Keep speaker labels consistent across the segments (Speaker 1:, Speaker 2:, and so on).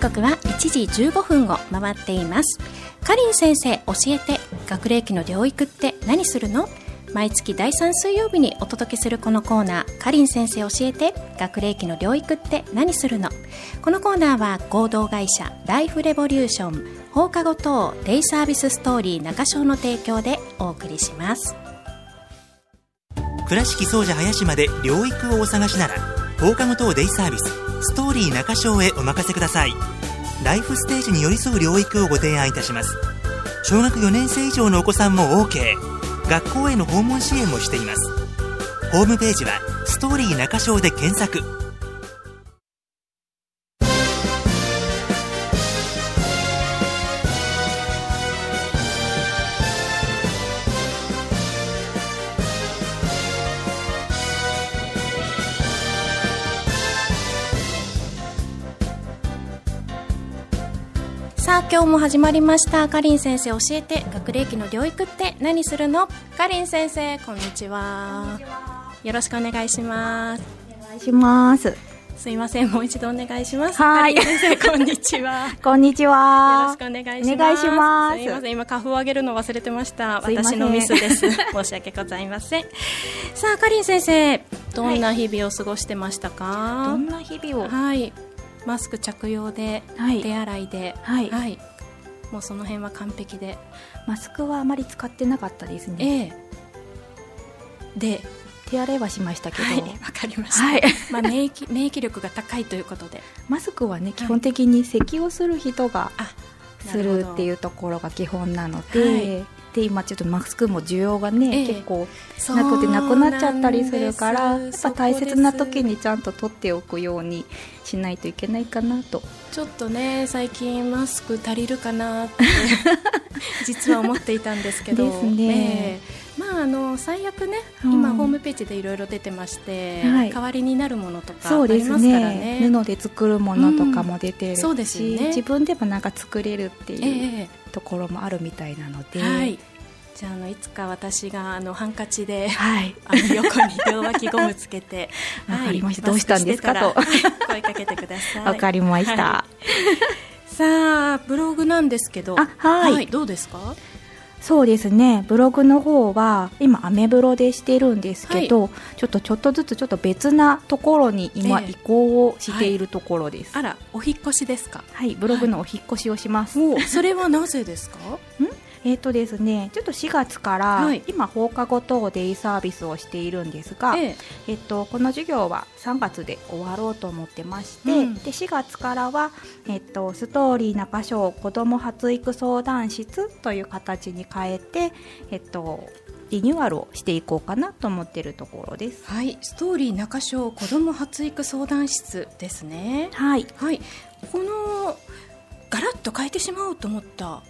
Speaker 1: 刻は1時15分を回っていますかりん先生教えて学齢期の療育って何するの毎月第3水曜日にお届けするこのコーナー「かりん先生教えて学齢期の療育って何するの?」このコーナーは合同会社ライフレボリューション放課後等デイサービスストーリー中小の提供でお送りします
Speaker 2: 倉敷総社林まで療育をお探しなら放課後等デイサービスストーリー中小へお任せくださいライフステージに寄り添う療育をご提案いたします小学4年生以上のお子さんも OK 学校への訪問支援もしていますホームページは「ストーリー中小」で検索
Speaker 1: さあ今日も始まりましたかりん先生教えて学齢期の療育って何するのかりん先生こんにちはよろしくお願いします
Speaker 3: お願いします。
Speaker 1: すいませんもう一度お願いします
Speaker 3: はい
Speaker 1: かりん先生こんにちは
Speaker 3: こんにち
Speaker 1: よろ
Speaker 3: は
Speaker 1: しく。お願いします。
Speaker 3: お願いします
Speaker 1: いません、今、花粉をあげるの忘れてました。
Speaker 3: すいませ
Speaker 1: 私
Speaker 3: ん
Speaker 1: のミスです。申し訳ございません。さあ、かりん先生、どんな日々を過ごしてましたか
Speaker 3: ど、んな日々を。
Speaker 1: はい。マスク着用で、
Speaker 3: はい
Speaker 1: 手洗いで、
Speaker 3: はい
Speaker 1: もうその辺は完璧で。
Speaker 3: マスクはあまり使ってなかったですね。
Speaker 1: ええで、
Speaker 3: 手洗いはしましたけど。
Speaker 1: は、
Speaker 3: はいい
Speaker 1: わ。かりました。 まあ、免疫、免疫力が高いということで。
Speaker 3: マスクはね、基本的に咳をする人が
Speaker 1: あ。
Speaker 3: するっていううところが基本なの
Speaker 1: は
Speaker 3: で。で今ちょっとマスクも需要がね、
Speaker 1: ええ
Speaker 3: 結構
Speaker 1: そう
Speaker 3: なくてなくなっちゃったりするから
Speaker 1: なんで
Speaker 3: やっ
Speaker 1: す
Speaker 3: ぱ大切な
Speaker 1: そこで
Speaker 3: 時
Speaker 1: す
Speaker 3: にちゃんと取っておくようにしないといけないかなと
Speaker 1: ちょっとね最近マスク足りるかなって 実は思っていたんですけど
Speaker 3: ですね
Speaker 1: ええまああの最悪ね、
Speaker 3: うん
Speaker 1: 今ホームページでいろいろ出てまして、
Speaker 3: はい
Speaker 1: 代わりになるものとか
Speaker 3: そ
Speaker 1: あ
Speaker 3: う
Speaker 1: り
Speaker 3: で
Speaker 1: ますすから
Speaker 3: ね
Speaker 1: ね。
Speaker 3: 布で作るものとかも出てるし、
Speaker 1: うんそうですよね
Speaker 3: 自分でもなんか作れるっていう、
Speaker 1: え
Speaker 3: ところもあるみたいなの
Speaker 1: え
Speaker 3: で、
Speaker 1: はい、じゃああのいつか私があのハンカチ で
Speaker 3: はい、
Speaker 1: あの横に両脇ゴムつけ て
Speaker 3: わかりま
Speaker 1: マス
Speaker 3: した
Speaker 1: ク
Speaker 3: どうしたんですか
Speaker 1: てたら
Speaker 3: と
Speaker 1: はい声かけてください。
Speaker 3: わ、かりました、
Speaker 1: はさあブログなんですけど、
Speaker 3: あはい
Speaker 1: どうですか？
Speaker 3: そうですねブログの方は今アメブロでしてるんですけど、ちょっとちょっとずつちょっと別なところに今
Speaker 1: ええ
Speaker 3: 移行をしているところです、
Speaker 1: あらお引っ越しですか？
Speaker 3: はい、ブログのお引っ越しをします。
Speaker 1: おそれはなぜ ですか？
Speaker 3: えっ、とですね、ちょっと4月から、
Speaker 1: はい
Speaker 3: 今放課後等デイサービスをしているんですが、
Speaker 1: ええ
Speaker 3: えっと、この授業は3月で終わろうと思ってまして、
Speaker 1: うん
Speaker 3: で4月からは、えっと、ストーリー中小子ども発育相談室という形に変えて、えっと、リニューアルをしていこうかなと思ってるところです。
Speaker 1: はい、ストーリー中小子ども発育相談室ですね。
Speaker 3: はい、
Speaker 1: はい、このガラッと変えてしまおうと思った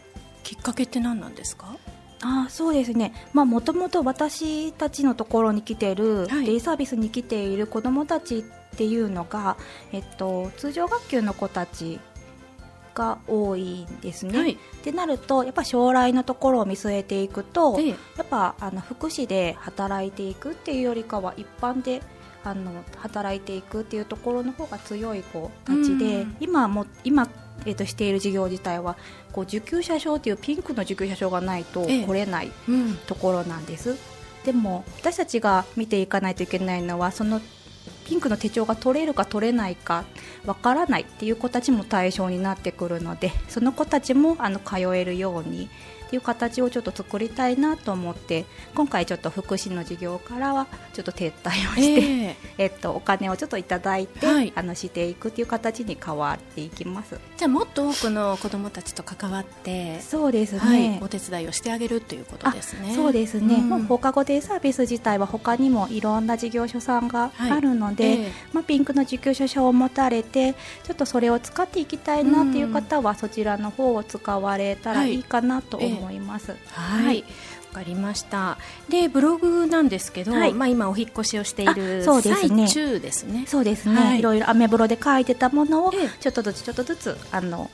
Speaker 1: きっかけって何なんですか？
Speaker 3: あーそうですねもともと私たちのところに来てる、
Speaker 1: はい
Speaker 3: デイサービスに来ている子どもたちっていうのが、えっと、通常学級の子たちが多いんですね。
Speaker 1: はい、
Speaker 3: ってなるとやっぱ将来のところを見据えていくと
Speaker 1: ええ
Speaker 3: やっぱあの福祉で働いていくっていうよりかは一般であの働いていくっていうところの方が強い子たちで、
Speaker 1: うん
Speaker 3: 今も今、えっとしている授業自体はこう受給者証っていうピンクの受給者証がないと
Speaker 1: ええ
Speaker 3: 来れない
Speaker 1: うん、
Speaker 3: ところなんです。でも私たちが見ていかないといけないのはそのピンクの手帳が取れるか取れないかわからないっていう子たちも対象になってくるのでその子たちもあの通えるようにっていう形をちょっと作りたいなと思って今回ちょっと福祉の授業からはちょっと撤退をして、え
Speaker 1: ええ
Speaker 3: っと、お金をちょっといただいて、
Speaker 1: はい
Speaker 3: あのしていくっていう形に変わっていきます。
Speaker 1: じゃあもっと多くの子どもたちと関わって、
Speaker 3: そうですね、
Speaker 1: はい、お手伝いをしてあげるということですね。
Speaker 3: そうですね、
Speaker 1: うん
Speaker 3: もう放課後デイサービス自体は他にもいろんな事業所さんが
Speaker 1: はい
Speaker 3: あるので、
Speaker 1: ええ
Speaker 3: まあ、ピンクの受給者証を持たれてちょっとそれを使っていきたいなっていう方は、そちらの方を使われたらいいかなと思います。
Speaker 1: は
Speaker 3: はいい、
Speaker 1: わかりました。で、ブログなんですけど、
Speaker 3: はい
Speaker 1: まあ今お引っ越しをしている
Speaker 3: あそうですね
Speaker 1: 最中ですね。
Speaker 3: そうですね、
Speaker 1: はい
Speaker 3: い、ろいろアメブロで書いてたものを
Speaker 1: ええ
Speaker 3: ちょっとずつちょっとずつあの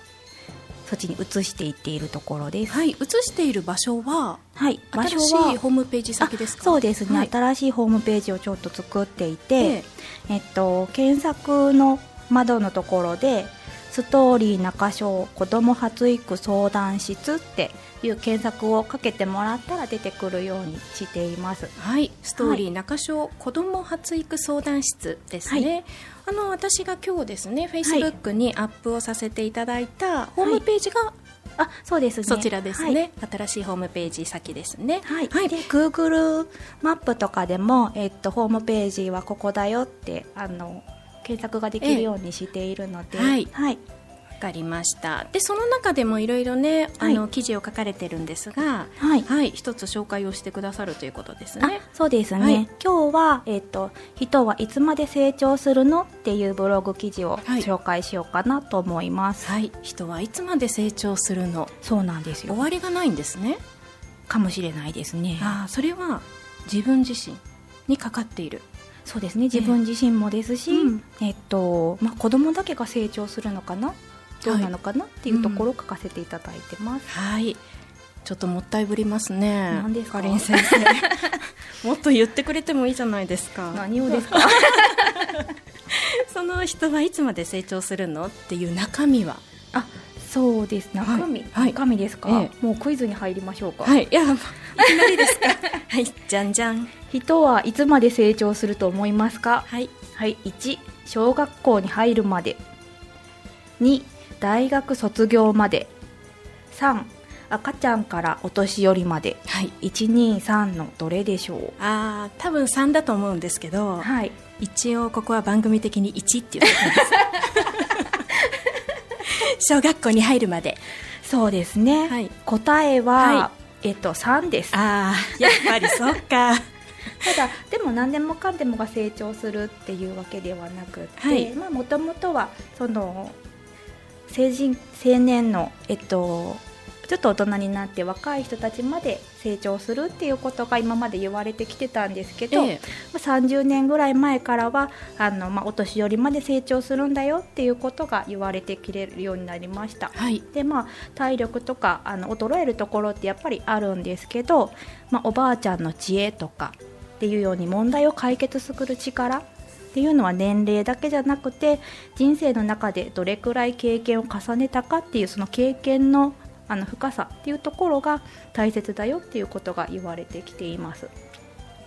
Speaker 3: そっちに移していっているところです。
Speaker 1: はい、映している場所は
Speaker 3: はい、場所
Speaker 1: 新しい
Speaker 3: は
Speaker 1: ホームページ先ですか。
Speaker 3: あそうですね、
Speaker 1: はい
Speaker 3: 新しいホームページをちょっと作っていて、
Speaker 1: ええ
Speaker 3: えっと、検索の窓のところでストーリー中小子ども発育相談室っていう検索をかけてもらったら出てくるようにしています。
Speaker 1: はい、ストーリー中小子ども発育相談室ですね、あの私が今日ですねフェイスブックにアップをさせていただいたホームページが
Speaker 3: あ、そうですね。
Speaker 1: そちらです
Speaker 3: はい
Speaker 1: ね、新しいホームページ先ですね
Speaker 3: はい、
Speaker 1: はい
Speaker 3: で Google マップとかでも、えっと、ホームページはここだよってあの検索ができるようにしているの
Speaker 1: え
Speaker 3: で、
Speaker 1: えはい
Speaker 3: はい
Speaker 1: わかりましたでその中でもいろいろねあの、
Speaker 3: はい
Speaker 1: 記事を書かれてるんですが
Speaker 3: はい
Speaker 1: はい一つ紹介をしてくださるということです
Speaker 3: あ
Speaker 1: ね
Speaker 3: そうですね、
Speaker 1: はい
Speaker 3: 今日は、えっと「人はいつまで成長するの?」っていうブログ記事を
Speaker 1: はい
Speaker 3: 紹介しようかなと思います、
Speaker 1: はい人はいつまで成長するの
Speaker 3: そうなんです
Speaker 1: 終
Speaker 3: よ
Speaker 1: わりがないんですね
Speaker 3: かもしれないですね
Speaker 1: ああそれは自分自身にかかっている
Speaker 3: そうですね自分自身もですし、え
Speaker 1: うん
Speaker 3: っとまあ、子供だけが成長するのかなどうなのかなっていうところを書かせていただいてます、
Speaker 1: はい。ちょっともったいぶりますね。
Speaker 3: 何ですか
Speaker 1: かりん先 生。もっと言ってくれてもいいじゃないですか。
Speaker 3: 何をですか
Speaker 1: その人はいつまで成長するのっていう中身は。
Speaker 3: そうです
Speaker 1: はい
Speaker 3: 中身、
Speaker 1: はい
Speaker 3: 中身ですか、
Speaker 1: え
Speaker 3: もうクイズに入りましょうか、
Speaker 1: はい。いや、いきなりですか。 はい。じゃんじゃん。
Speaker 3: 人はいつまで成長すると思いますか
Speaker 1: はい。
Speaker 3: はい1小学校に入るまで2大学卒業まで3赤ちゃんからお年寄りまで
Speaker 1: はい。
Speaker 3: 123のどれでしょう
Speaker 1: ああ、多分3だと思うんですけど、
Speaker 3: はい
Speaker 1: 一応ここは番組的に1って言ってます。小学校に入るまで。
Speaker 3: そうですね、
Speaker 1: はい
Speaker 3: 答えは、
Speaker 1: は
Speaker 3: えっと3です
Speaker 1: あ
Speaker 3: た
Speaker 1: あ、やっぱりそう か。
Speaker 3: だでも何でもかんでもが成長するっていうわけではなくって、
Speaker 1: はい
Speaker 3: まあもともとはその成人青年のえっとちょっと大人になって若い人たちまで成長するっていうことが今まで言われてきてたんですけど、
Speaker 1: ええ
Speaker 3: まあ30年ぐらい前からはあの、まあ、お年寄りまで成長するんだよっていうことが言われてきれるようになりました。
Speaker 1: はい。
Speaker 3: でまあ、体力とかあの衰えるところってやっぱりあるんですけど、まあ、おばあちゃんの知恵とかっていうように問題を解決する力っていうのは年齢だけじゃなくて人生の中でどれくらい経験を重ねたかっていうその経験のあの深さっていうところが大切だよっていうことが言われてきています。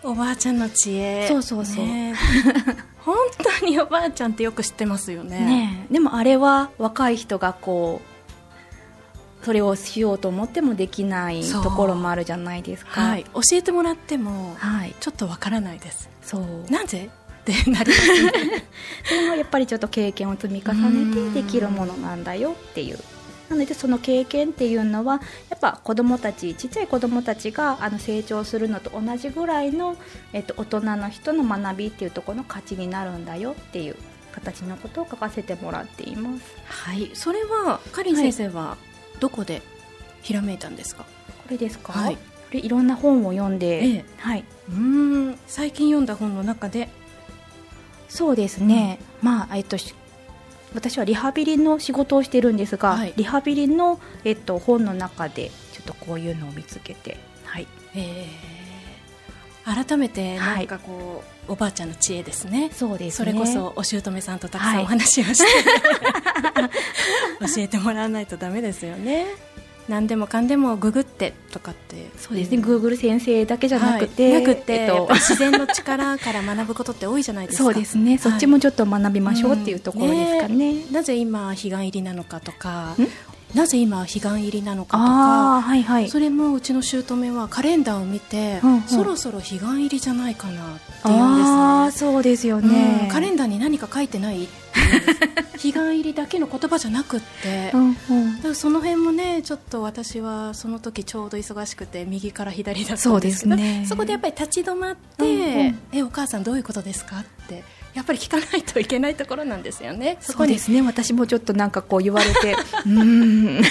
Speaker 1: おばあちゃんの知恵
Speaker 3: そうそうそう
Speaker 1: ねえ本当におばあちゃんってよく知ってますよね
Speaker 3: ねえでもあれは若い人がこうそれをしようと思ってもできない
Speaker 1: そう
Speaker 3: ところもあるじゃないですか。
Speaker 1: はい、教えてもらっても
Speaker 3: はい、
Speaker 1: ちょっとわからないです
Speaker 3: そう
Speaker 1: なぜってなりますね
Speaker 3: それもやっぱりちょっと経験を積み重ねてできるものなんだよっていう。なのでその経験っていうのはやっぱ子供たちちっちゃい子供たちがあの成長するのと同じぐらいの、えっと、大人の人の学びっていうところの価値になるんだよっていう形のことを書かせてもらっています。
Speaker 1: はいそれはかりん先生はどこでひらめいたんですか、
Speaker 3: これですか、
Speaker 1: はい
Speaker 3: これいろんな本を読んで、
Speaker 1: ええ
Speaker 3: はい、
Speaker 1: うーん最近読んだ本の中で
Speaker 3: そうですね、まあえっとし私はリハビリの仕事をしてるんですが、
Speaker 1: はい
Speaker 3: リハビリの、えっと、本の中でちょっとこういうのを見つけて、はい、
Speaker 1: えー改めて
Speaker 3: はい
Speaker 1: なんかこう、おばあちゃんの知恵ですね
Speaker 3: そうです
Speaker 1: そ
Speaker 3: ね
Speaker 1: れこそお姑さんとたくさ
Speaker 3: は
Speaker 1: ん
Speaker 3: い
Speaker 1: お話を して、教えてもらわないとダメですよね何でもかんでもググってとかって
Speaker 3: そうですね、Google 先生だけじ
Speaker 1: じ
Speaker 3: ゃなくて、
Speaker 1: なくて、
Speaker 3: えっ
Speaker 1: やっ
Speaker 3: と
Speaker 1: ぱり、自然の力から学ぶことって多いじゃないですか
Speaker 3: そうですね、そっちもちょっと学びましょうっていうところですかね。
Speaker 1: なぜ今彼岸入りなのかとか
Speaker 3: ん
Speaker 1: なぜ今彼岸入りなのかと
Speaker 3: あ
Speaker 1: か
Speaker 3: あはいはい
Speaker 1: それもうちの姑はカレンダーを見て、
Speaker 3: うんうん
Speaker 1: そろそろ彼岸入りじゃないかなって言うんですね
Speaker 3: ああそうですよね、
Speaker 1: うんカレンダーに何か書いてないって言うん です彼岸入りだけの言葉じゃなくって、
Speaker 3: うんうん
Speaker 1: だからその辺もねちょっと私はその時ちょうど忙しくて右から左だった
Speaker 3: そ
Speaker 1: ん
Speaker 3: う
Speaker 1: で
Speaker 3: ですす
Speaker 1: けどそ
Speaker 3: ね
Speaker 1: こでやっぱり立ち止まって、
Speaker 3: うんうん
Speaker 1: えお母さんどういうことですかってやっぱり聞かないといけないところなんですよ ねそ
Speaker 3: そ
Speaker 1: こ
Speaker 3: う
Speaker 1: に
Speaker 3: ですね私もちょっとなんかこう言われ てうーん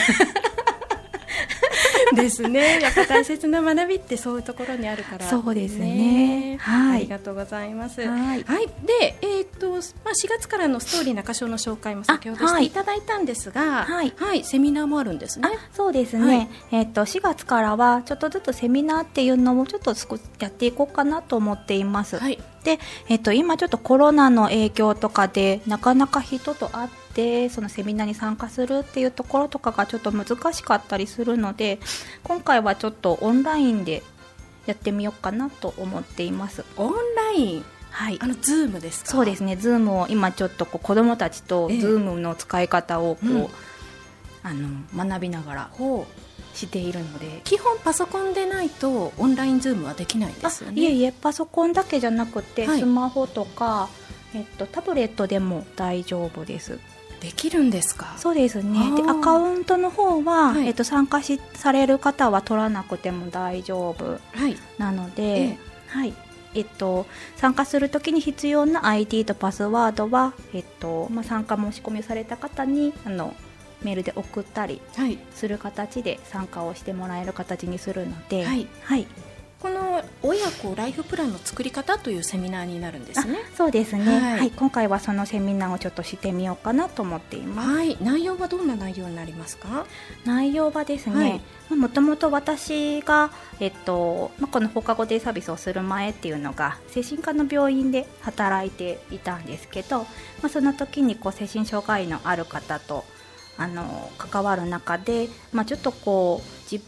Speaker 1: ですねやっぱ大切な学びってそういうところにあるから
Speaker 3: そうですねはい
Speaker 1: ありがとうございます
Speaker 3: はい
Speaker 1: で、えーっとまあ、4月からのストーリー中章の紹介も先ほどしていただいたんですが、
Speaker 3: はいはい
Speaker 1: セミナーもあるんですね。
Speaker 3: あそうですね、
Speaker 1: はい
Speaker 3: えっと4月からはちょっとずつセミナーっていうのもちょっと少しやっていこうかなと思っています、
Speaker 1: はい、
Speaker 3: で、えっと今ちょっとコロナの影響とかでなかなか人と会ってそのセミナーに参加するっていうところとかがちょっと難しかったりするので今回はちょっとオンラインでやってみようかなと思っています
Speaker 1: オンライン、
Speaker 3: はい
Speaker 1: あのズームですか。
Speaker 3: そうですね、ズームを今ちょっとこう子どもたちと
Speaker 1: ええ
Speaker 3: ズームの使い方をこう、
Speaker 1: うん
Speaker 3: あの学びながら
Speaker 1: ほ
Speaker 3: しているので
Speaker 1: う基本パソコンでないとオンラインズームはできないですよね。
Speaker 3: あいえいえパソコンだけじゃなくて、
Speaker 1: はい
Speaker 3: スマホとか、えっと、タブレットでも大丈夫です
Speaker 1: できるんですか。
Speaker 3: そうですねで
Speaker 1: あー
Speaker 3: アカウントの方は、
Speaker 1: はい
Speaker 3: えっと、参加しされる方は取らなくても大丈夫
Speaker 1: はい。
Speaker 3: なので、
Speaker 1: ええ
Speaker 3: はいえっと、参加するときに必要な ID とパスワードは、えっとまあ、参加申し込みをされた方にあのメールで送ったり
Speaker 1: はい。
Speaker 3: する形で参加をしてもらえる形にするので、
Speaker 1: はい
Speaker 3: はい、
Speaker 1: この親子ライフプランの作り方というセミナーになるんですね。
Speaker 3: そうですね、
Speaker 1: は
Speaker 3: はいい今回はそのセミナーをちょっとしてみようかなと思っています
Speaker 1: はい。内容はどんな内容になりますか。
Speaker 3: 内容はです
Speaker 1: はい
Speaker 3: ねまあもともと私が、えっとまあ、この放課後デイサービスをする前っていうのが精神科の病院で働いていたんですけど、まあ、その時にこう精神障害のある方とあの関わる中で、まあ、ちょっとこうじ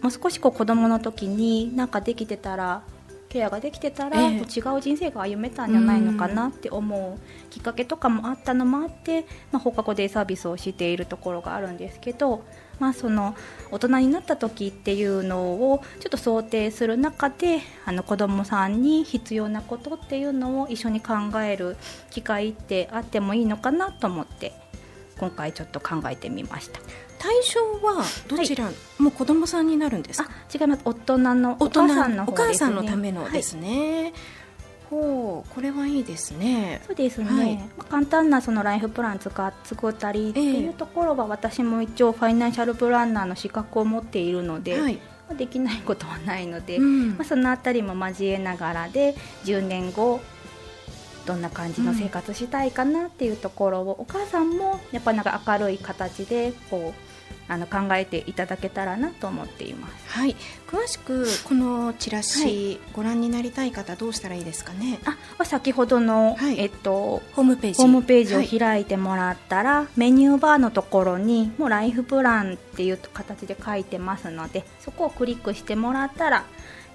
Speaker 3: もう少しこう子どもの時になんかできてたらケアができてたら、
Speaker 1: ええ
Speaker 3: 違う人生が歩めたんじゃないのかなって思うきっかけとかもあったのもあって、まあ、放課後デイサービスをしているところがあるんですけど、まあ、その大人になった時っていうのをちょっと想定する中であの子どもさんに必要なことっていうのを一緒に考える機会ってあってもいいのかなと思って今回ちょっと考えてみました。
Speaker 1: 対象はどちら、もう子供さんになるんです
Speaker 3: あ
Speaker 1: か。
Speaker 3: 違います大人のお母さんの
Speaker 1: お
Speaker 3: 方
Speaker 1: 母
Speaker 3: です
Speaker 1: さ
Speaker 3: ね
Speaker 1: んのための
Speaker 3: は
Speaker 1: で
Speaker 3: い
Speaker 1: すね。ほう、これはいいですね。
Speaker 3: そうですね、
Speaker 1: はい
Speaker 3: まあ簡単なそのライフプラン使っ作ったりってい
Speaker 1: ええ
Speaker 3: うところは私も一応ファイナンシャルプランナーの資格を持っているので、
Speaker 1: はい。
Speaker 3: まあできないことはないので、
Speaker 1: うん
Speaker 3: まあ、そのあたりも交えながらで10年後どんな感じの生活したいかなっていうところを、お母さんもやっぱなんか明るい形でこうあの考えていただけたらなと思っています。
Speaker 1: はい、詳しくこのチラシ、
Speaker 3: は
Speaker 1: ご覧になりたい方どうしたらいいですかね。
Speaker 3: あまあ先ほどの、
Speaker 1: はい
Speaker 3: えっと、
Speaker 1: ホームページ。
Speaker 3: ホームページを
Speaker 1: はい
Speaker 3: 開いてもらったら、メニューバーのところにもうライフプランっていう形で書いてますのでそこをクリックしてもらったら、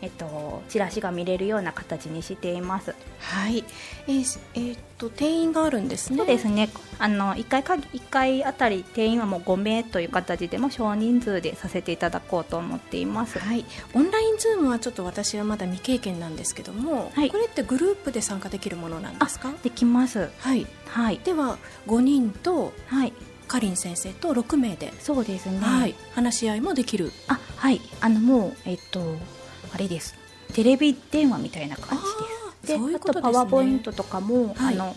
Speaker 3: えっと、チラシが見れるような形にしています。
Speaker 1: はい。えーえーっと定員があるんですね。
Speaker 3: そうですねあの1回か1回あたり定員はもう5名という形でも少人数でさせていただこうと思っています。
Speaker 1: はい、オンラインズームはちょっと私はまだ未経験なんですけども、
Speaker 3: はい
Speaker 1: これってグループで参加できるものなんですか。
Speaker 3: できます。
Speaker 1: はい。
Speaker 3: はい、
Speaker 1: では5人と
Speaker 3: はい、
Speaker 1: かりん先生と6名で、
Speaker 3: そうですね。
Speaker 1: はい、話し合いもできる。
Speaker 3: あはいあのもうえっとあれですテレビ電話みたいな感じですで
Speaker 1: あーそういう
Speaker 3: あ
Speaker 1: こと
Speaker 3: と
Speaker 1: ですね。
Speaker 3: パワーポイントとかも、
Speaker 1: はい
Speaker 3: あの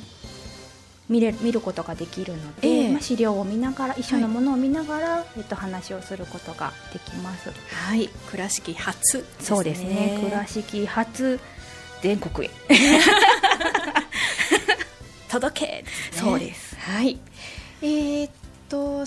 Speaker 3: 見れ見ることができるので、
Speaker 1: ええ
Speaker 3: まあ、資料を見ながら一緒のものを見ながら、えっと、話をすることができます
Speaker 1: はい、倉敷初ですね。
Speaker 3: そうですね倉敷初全国へ
Speaker 1: 届けですね。
Speaker 3: そうです。
Speaker 1: はい。えーっと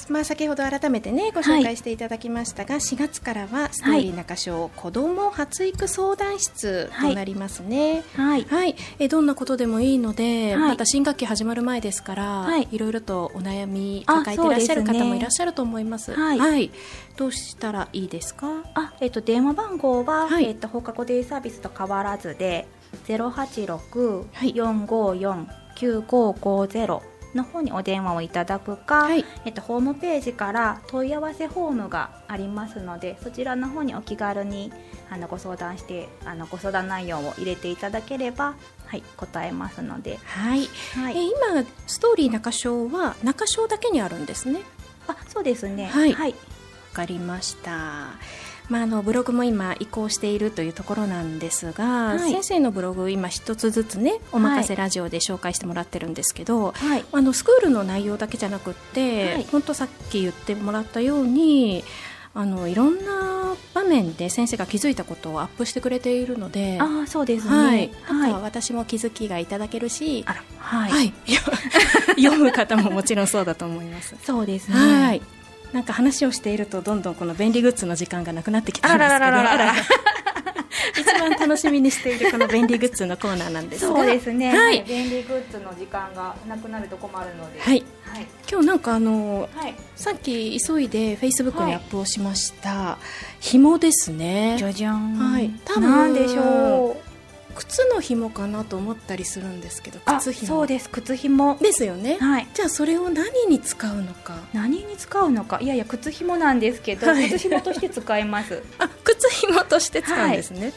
Speaker 1: まあ先ほど改めてねご紹介していただきましたが、4月からはストーリー中小、子ども発育相談室となりますね。
Speaker 3: はい
Speaker 1: はい、えどんなことでもいいので、
Speaker 3: はい
Speaker 1: また新学期始まる前ですから、
Speaker 3: はい
Speaker 1: い、ろいろとお悩み
Speaker 3: あ
Speaker 1: 抱えていらっしゃる
Speaker 3: そう
Speaker 1: 方
Speaker 3: ですね
Speaker 1: もいらっしゃると思います。
Speaker 3: はい
Speaker 1: どうしたらいいですか。
Speaker 3: あ、えっと、電話番号は、
Speaker 1: はい
Speaker 3: えっと、放課後デイサービスと変わらずで
Speaker 1: はい
Speaker 3: 086-454-9550の方にお電話をいただくか、
Speaker 1: はい
Speaker 3: えっと、ホームページから問い合わせフォームがありますのでそちらの方にお気軽にあのご相談してあのご相談内容を入れていただければ、はい、答えますので、
Speaker 1: はい、
Speaker 3: は
Speaker 1: え
Speaker 3: い、
Speaker 1: 今ストーリー中小は中小だけにあるんですね。
Speaker 3: あそうですね
Speaker 1: はい
Speaker 3: はい
Speaker 1: わかりました。まあ、あのブログも今移行しているというところなんですが、
Speaker 3: はい
Speaker 1: 先生のブログ今一つずつねおまかせラジオで紹介してもらってるんですけど、
Speaker 3: はい
Speaker 1: あのスクールの内容だけじゃなくって、
Speaker 3: はい
Speaker 1: 本当さっき言ってもらったようにあのいろんな場面で先生が気づいたことをアップしてくれているので、
Speaker 3: ああそうですね
Speaker 1: はい、
Speaker 3: は
Speaker 1: なん
Speaker 3: い
Speaker 1: か私も気づきがいただけるし、
Speaker 3: あらはい、
Speaker 1: はい、 読む方ももちろんそうだと思います。
Speaker 3: そうですね
Speaker 1: はい。なんか話をしているとどんどんこの便利グッズの時間がなくなってきたん
Speaker 3: あ
Speaker 1: ですけど、
Speaker 3: らららららら ら
Speaker 1: 一番楽しみにしているこの便利グッズのコーナーなんですが、
Speaker 3: そうですね、
Speaker 1: はい
Speaker 3: 便利グッズの時間がなくなると困るので
Speaker 1: はい。
Speaker 3: はい、
Speaker 1: 今日なんかあの
Speaker 3: はい
Speaker 1: さっき急いで Facebook にアップをしました紐ですね
Speaker 3: じ。ゃじゃん。
Speaker 1: はい多分
Speaker 3: なんでしょう。
Speaker 1: 靴の紐かなと思ったりするんですけど、
Speaker 3: あ、
Speaker 1: 靴紐
Speaker 3: そうです。靴紐。
Speaker 1: ですよね。
Speaker 3: はい。
Speaker 1: じゃあそれを何に使うのか。
Speaker 3: 何に使うのか。いやいや、靴紐なんですけど、
Speaker 1: はい
Speaker 3: 靴紐として使います。
Speaker 1: あ、靴紐として使うんですね。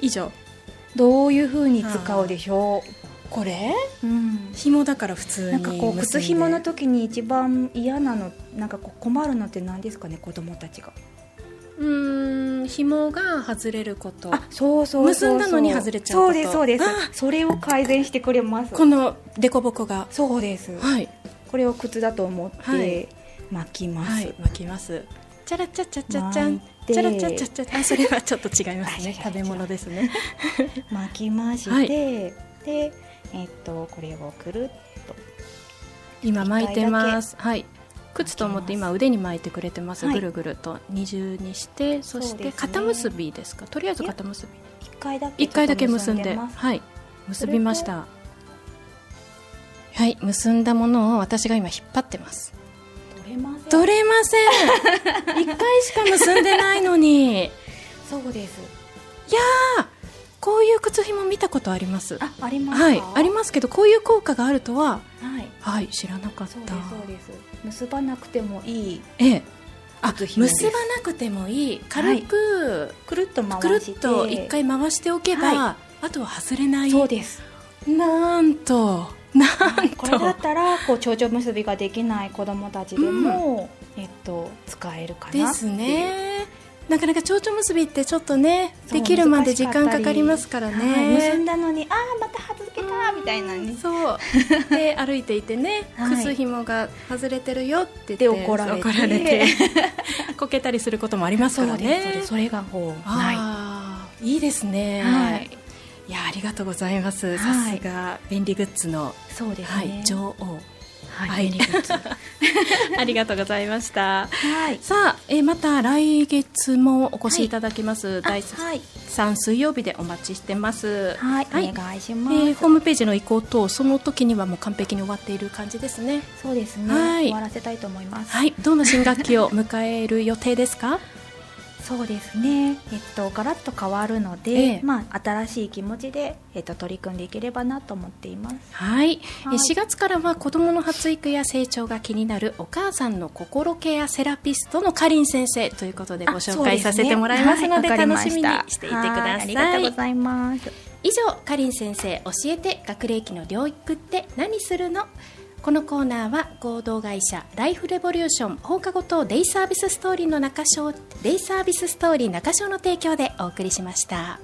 Speaker 1: 以上。
Speaker 3: どういう風に使うでしょ
Speaker 1: これ
Speaker 3: う。うん。
Speaker 1: 紐だから普通に
Speaker 3: なんかこう
Speaker 1: 結
Speaker 3: 靴
Speaker 1: んで
Speaker 3: 紐の時に一番嫌なのなんかこう困るのって何ですかね子供たちが
Speaker 1: うーん紐が外れること
Speaker 3: あそうそうそうそ
Speaker 1: 結
Speaker 3: う
Speaker 1: んだのに外れちゃうこと
Speaker 3: そうですそうです
Speaker 1: あ
Speaker 3: それを改善してくれます
Speaker 1: この凸凹が
Speaker 3: そうです
Speaker 1: はい
Speaker 3: これを靴だと思っ
Speaker 1: はい
Speaker 3: て巻きます、
Speaker 1: はい巻きますチャラチャチャチャチャン
Speaker 3: 巻いて
Speaker 1: チャラチャチャチャあそれはちょっと違いますね
Speaker 3: あ違う
Speaker 1: 食べ物ですね
Speaker 3: 巻きまして、
Speaker 1: はい
Speaker 3: でえっとこれをくるっと
Speaker 1: 今巻いてますはい靴と思って今腕に巻いてくれてます、
Speaker 3: はい
Speaker 1: ぐるぐると二重にしてそし
Speaker 3: そう
Speaker 1: て
Speaker 3: ですね
Speaker 1: 肩結びですかとりあえず肩結び
Speaker 3: 一回だけ
Speaker 1: 一回だけ結んで
Speaker 3: ちょっとます
Speaker 1: はい結びましたはい結んだものを私が今引っ張ってます
Speaker 3: 取れません
Speaker 1: 取れません一回しか結んでないのに
Speaker 3: そうです
Speaker 1: こういう靴ひも見たことあります
Speaker 3: あありますか
Speaker 1: はいありますけどこういう効果があるとは
Speaker 3: はい
Speaker 1: はい知らなかっ
Speaker 3: そうです
Speaker 1: た
Speaker 3: そうです結ばなくてもいい
Speaker 1: ええあ
Speaker 3: 靴紐です
Speaker 1: 結ばなくてもいい軽く、
Speaker 3: くるっと
Speaker 1: くる
Speaker 3: 回して
Speaker 1: っと一回回しておけば、
Speaker 3: は
Speaker 1: あとは外れない
Speaker 3: そうです
Speaker 1: なんとなん
Speaker 3: これだ
Speaker 1: と
Speaker 3: ったらこう蝶々結びができない子供たちでも、えっと使えるかなっていう
Speaker 1: ですねなかなか蝶々結びってちょっとね
Speaker 3: そう
Speaker 1: できるまで時間かかりますから
Speaker 3: はい
Speaker 1: ね、
Speaker 3: 結んだのにああまた外れたみたいなね
Speaker 1: そうで歩いていてね、
Speaker 3: はい
Speaker 1: 靴ひもが外れてるよって言って
Speaker 3: で怒られて
Speaker 1: 怒られて こけたりすることもあります
Speaker 3: そ
Speaker 1: か
Speaker 3: う
Speaker 1: ら
Speaker 3: です、
Speaker 1: ね
Speaker 3: それそれがこうない
Speaker 1: あーいいですね、
Speaker 3: はい、
Speaker 1: やありがとうございます、
Speaker 3: は
Speaker 1: さ
Speaker 3: い
Speaker 1: すが便利グッズの、
Speaker 3: そうです
Speaker 1: は
Speaker 3: ね、
Speaker 1: い、女王は
Speaker 3: はいい、便利 グッズは
Speaker 1: ありがとうございました
Speaker 3: い
Speaker 1: さあ、えーまた来月もお越しいただきます、
Speaker 3: あ
Speaker 1: 第
Speaker 3: はい
Speaker 1: 3水曜日でお待ちしてます、
Speaker 3: はい、
Speaker 1: はい
Speaker 3: お願いします、
Speaker 1: えーホームページの移行等その時にはもう完璧に終わっている感じですね
Speaker 3: そうですね、
Speaker 1: はい
Speaker 3: 終わらせたいと思います、
Speaker 1: はい、どんな新学期を迎える予定ですか
Speaker 3: そうですねえっとガラッと変わるので、
Speaker 1: ええ
Speaker 3: まあ新しい気持ちでえっと取り組んでいければなと思っています
Speaker 1: はい、え
Speaker 3: はい
Speaker 1: 4月からは子どもの発育や成長が気になるお母さんの心ケアセラピストのかりん先生ということでご紹介させてもらいますので
Speaker 3: あそうすね
Speaker 1: 楽
Speaker 3: はい
Speaker 1: しみにしていてく
Speaker 3: わか
Speaker 1: だ
Speaker 3: りましたはいあ
Speaker 1: さい
Speaker 3: りがとうございます
Speaker 1: 以上かりん先生教えて学齢期の療育って何するのこのコーナーは合同会社ライフレボリューション放課後等デイサービスストーリーの中賞デイサービスストーリー中賞の提供でお送りしました。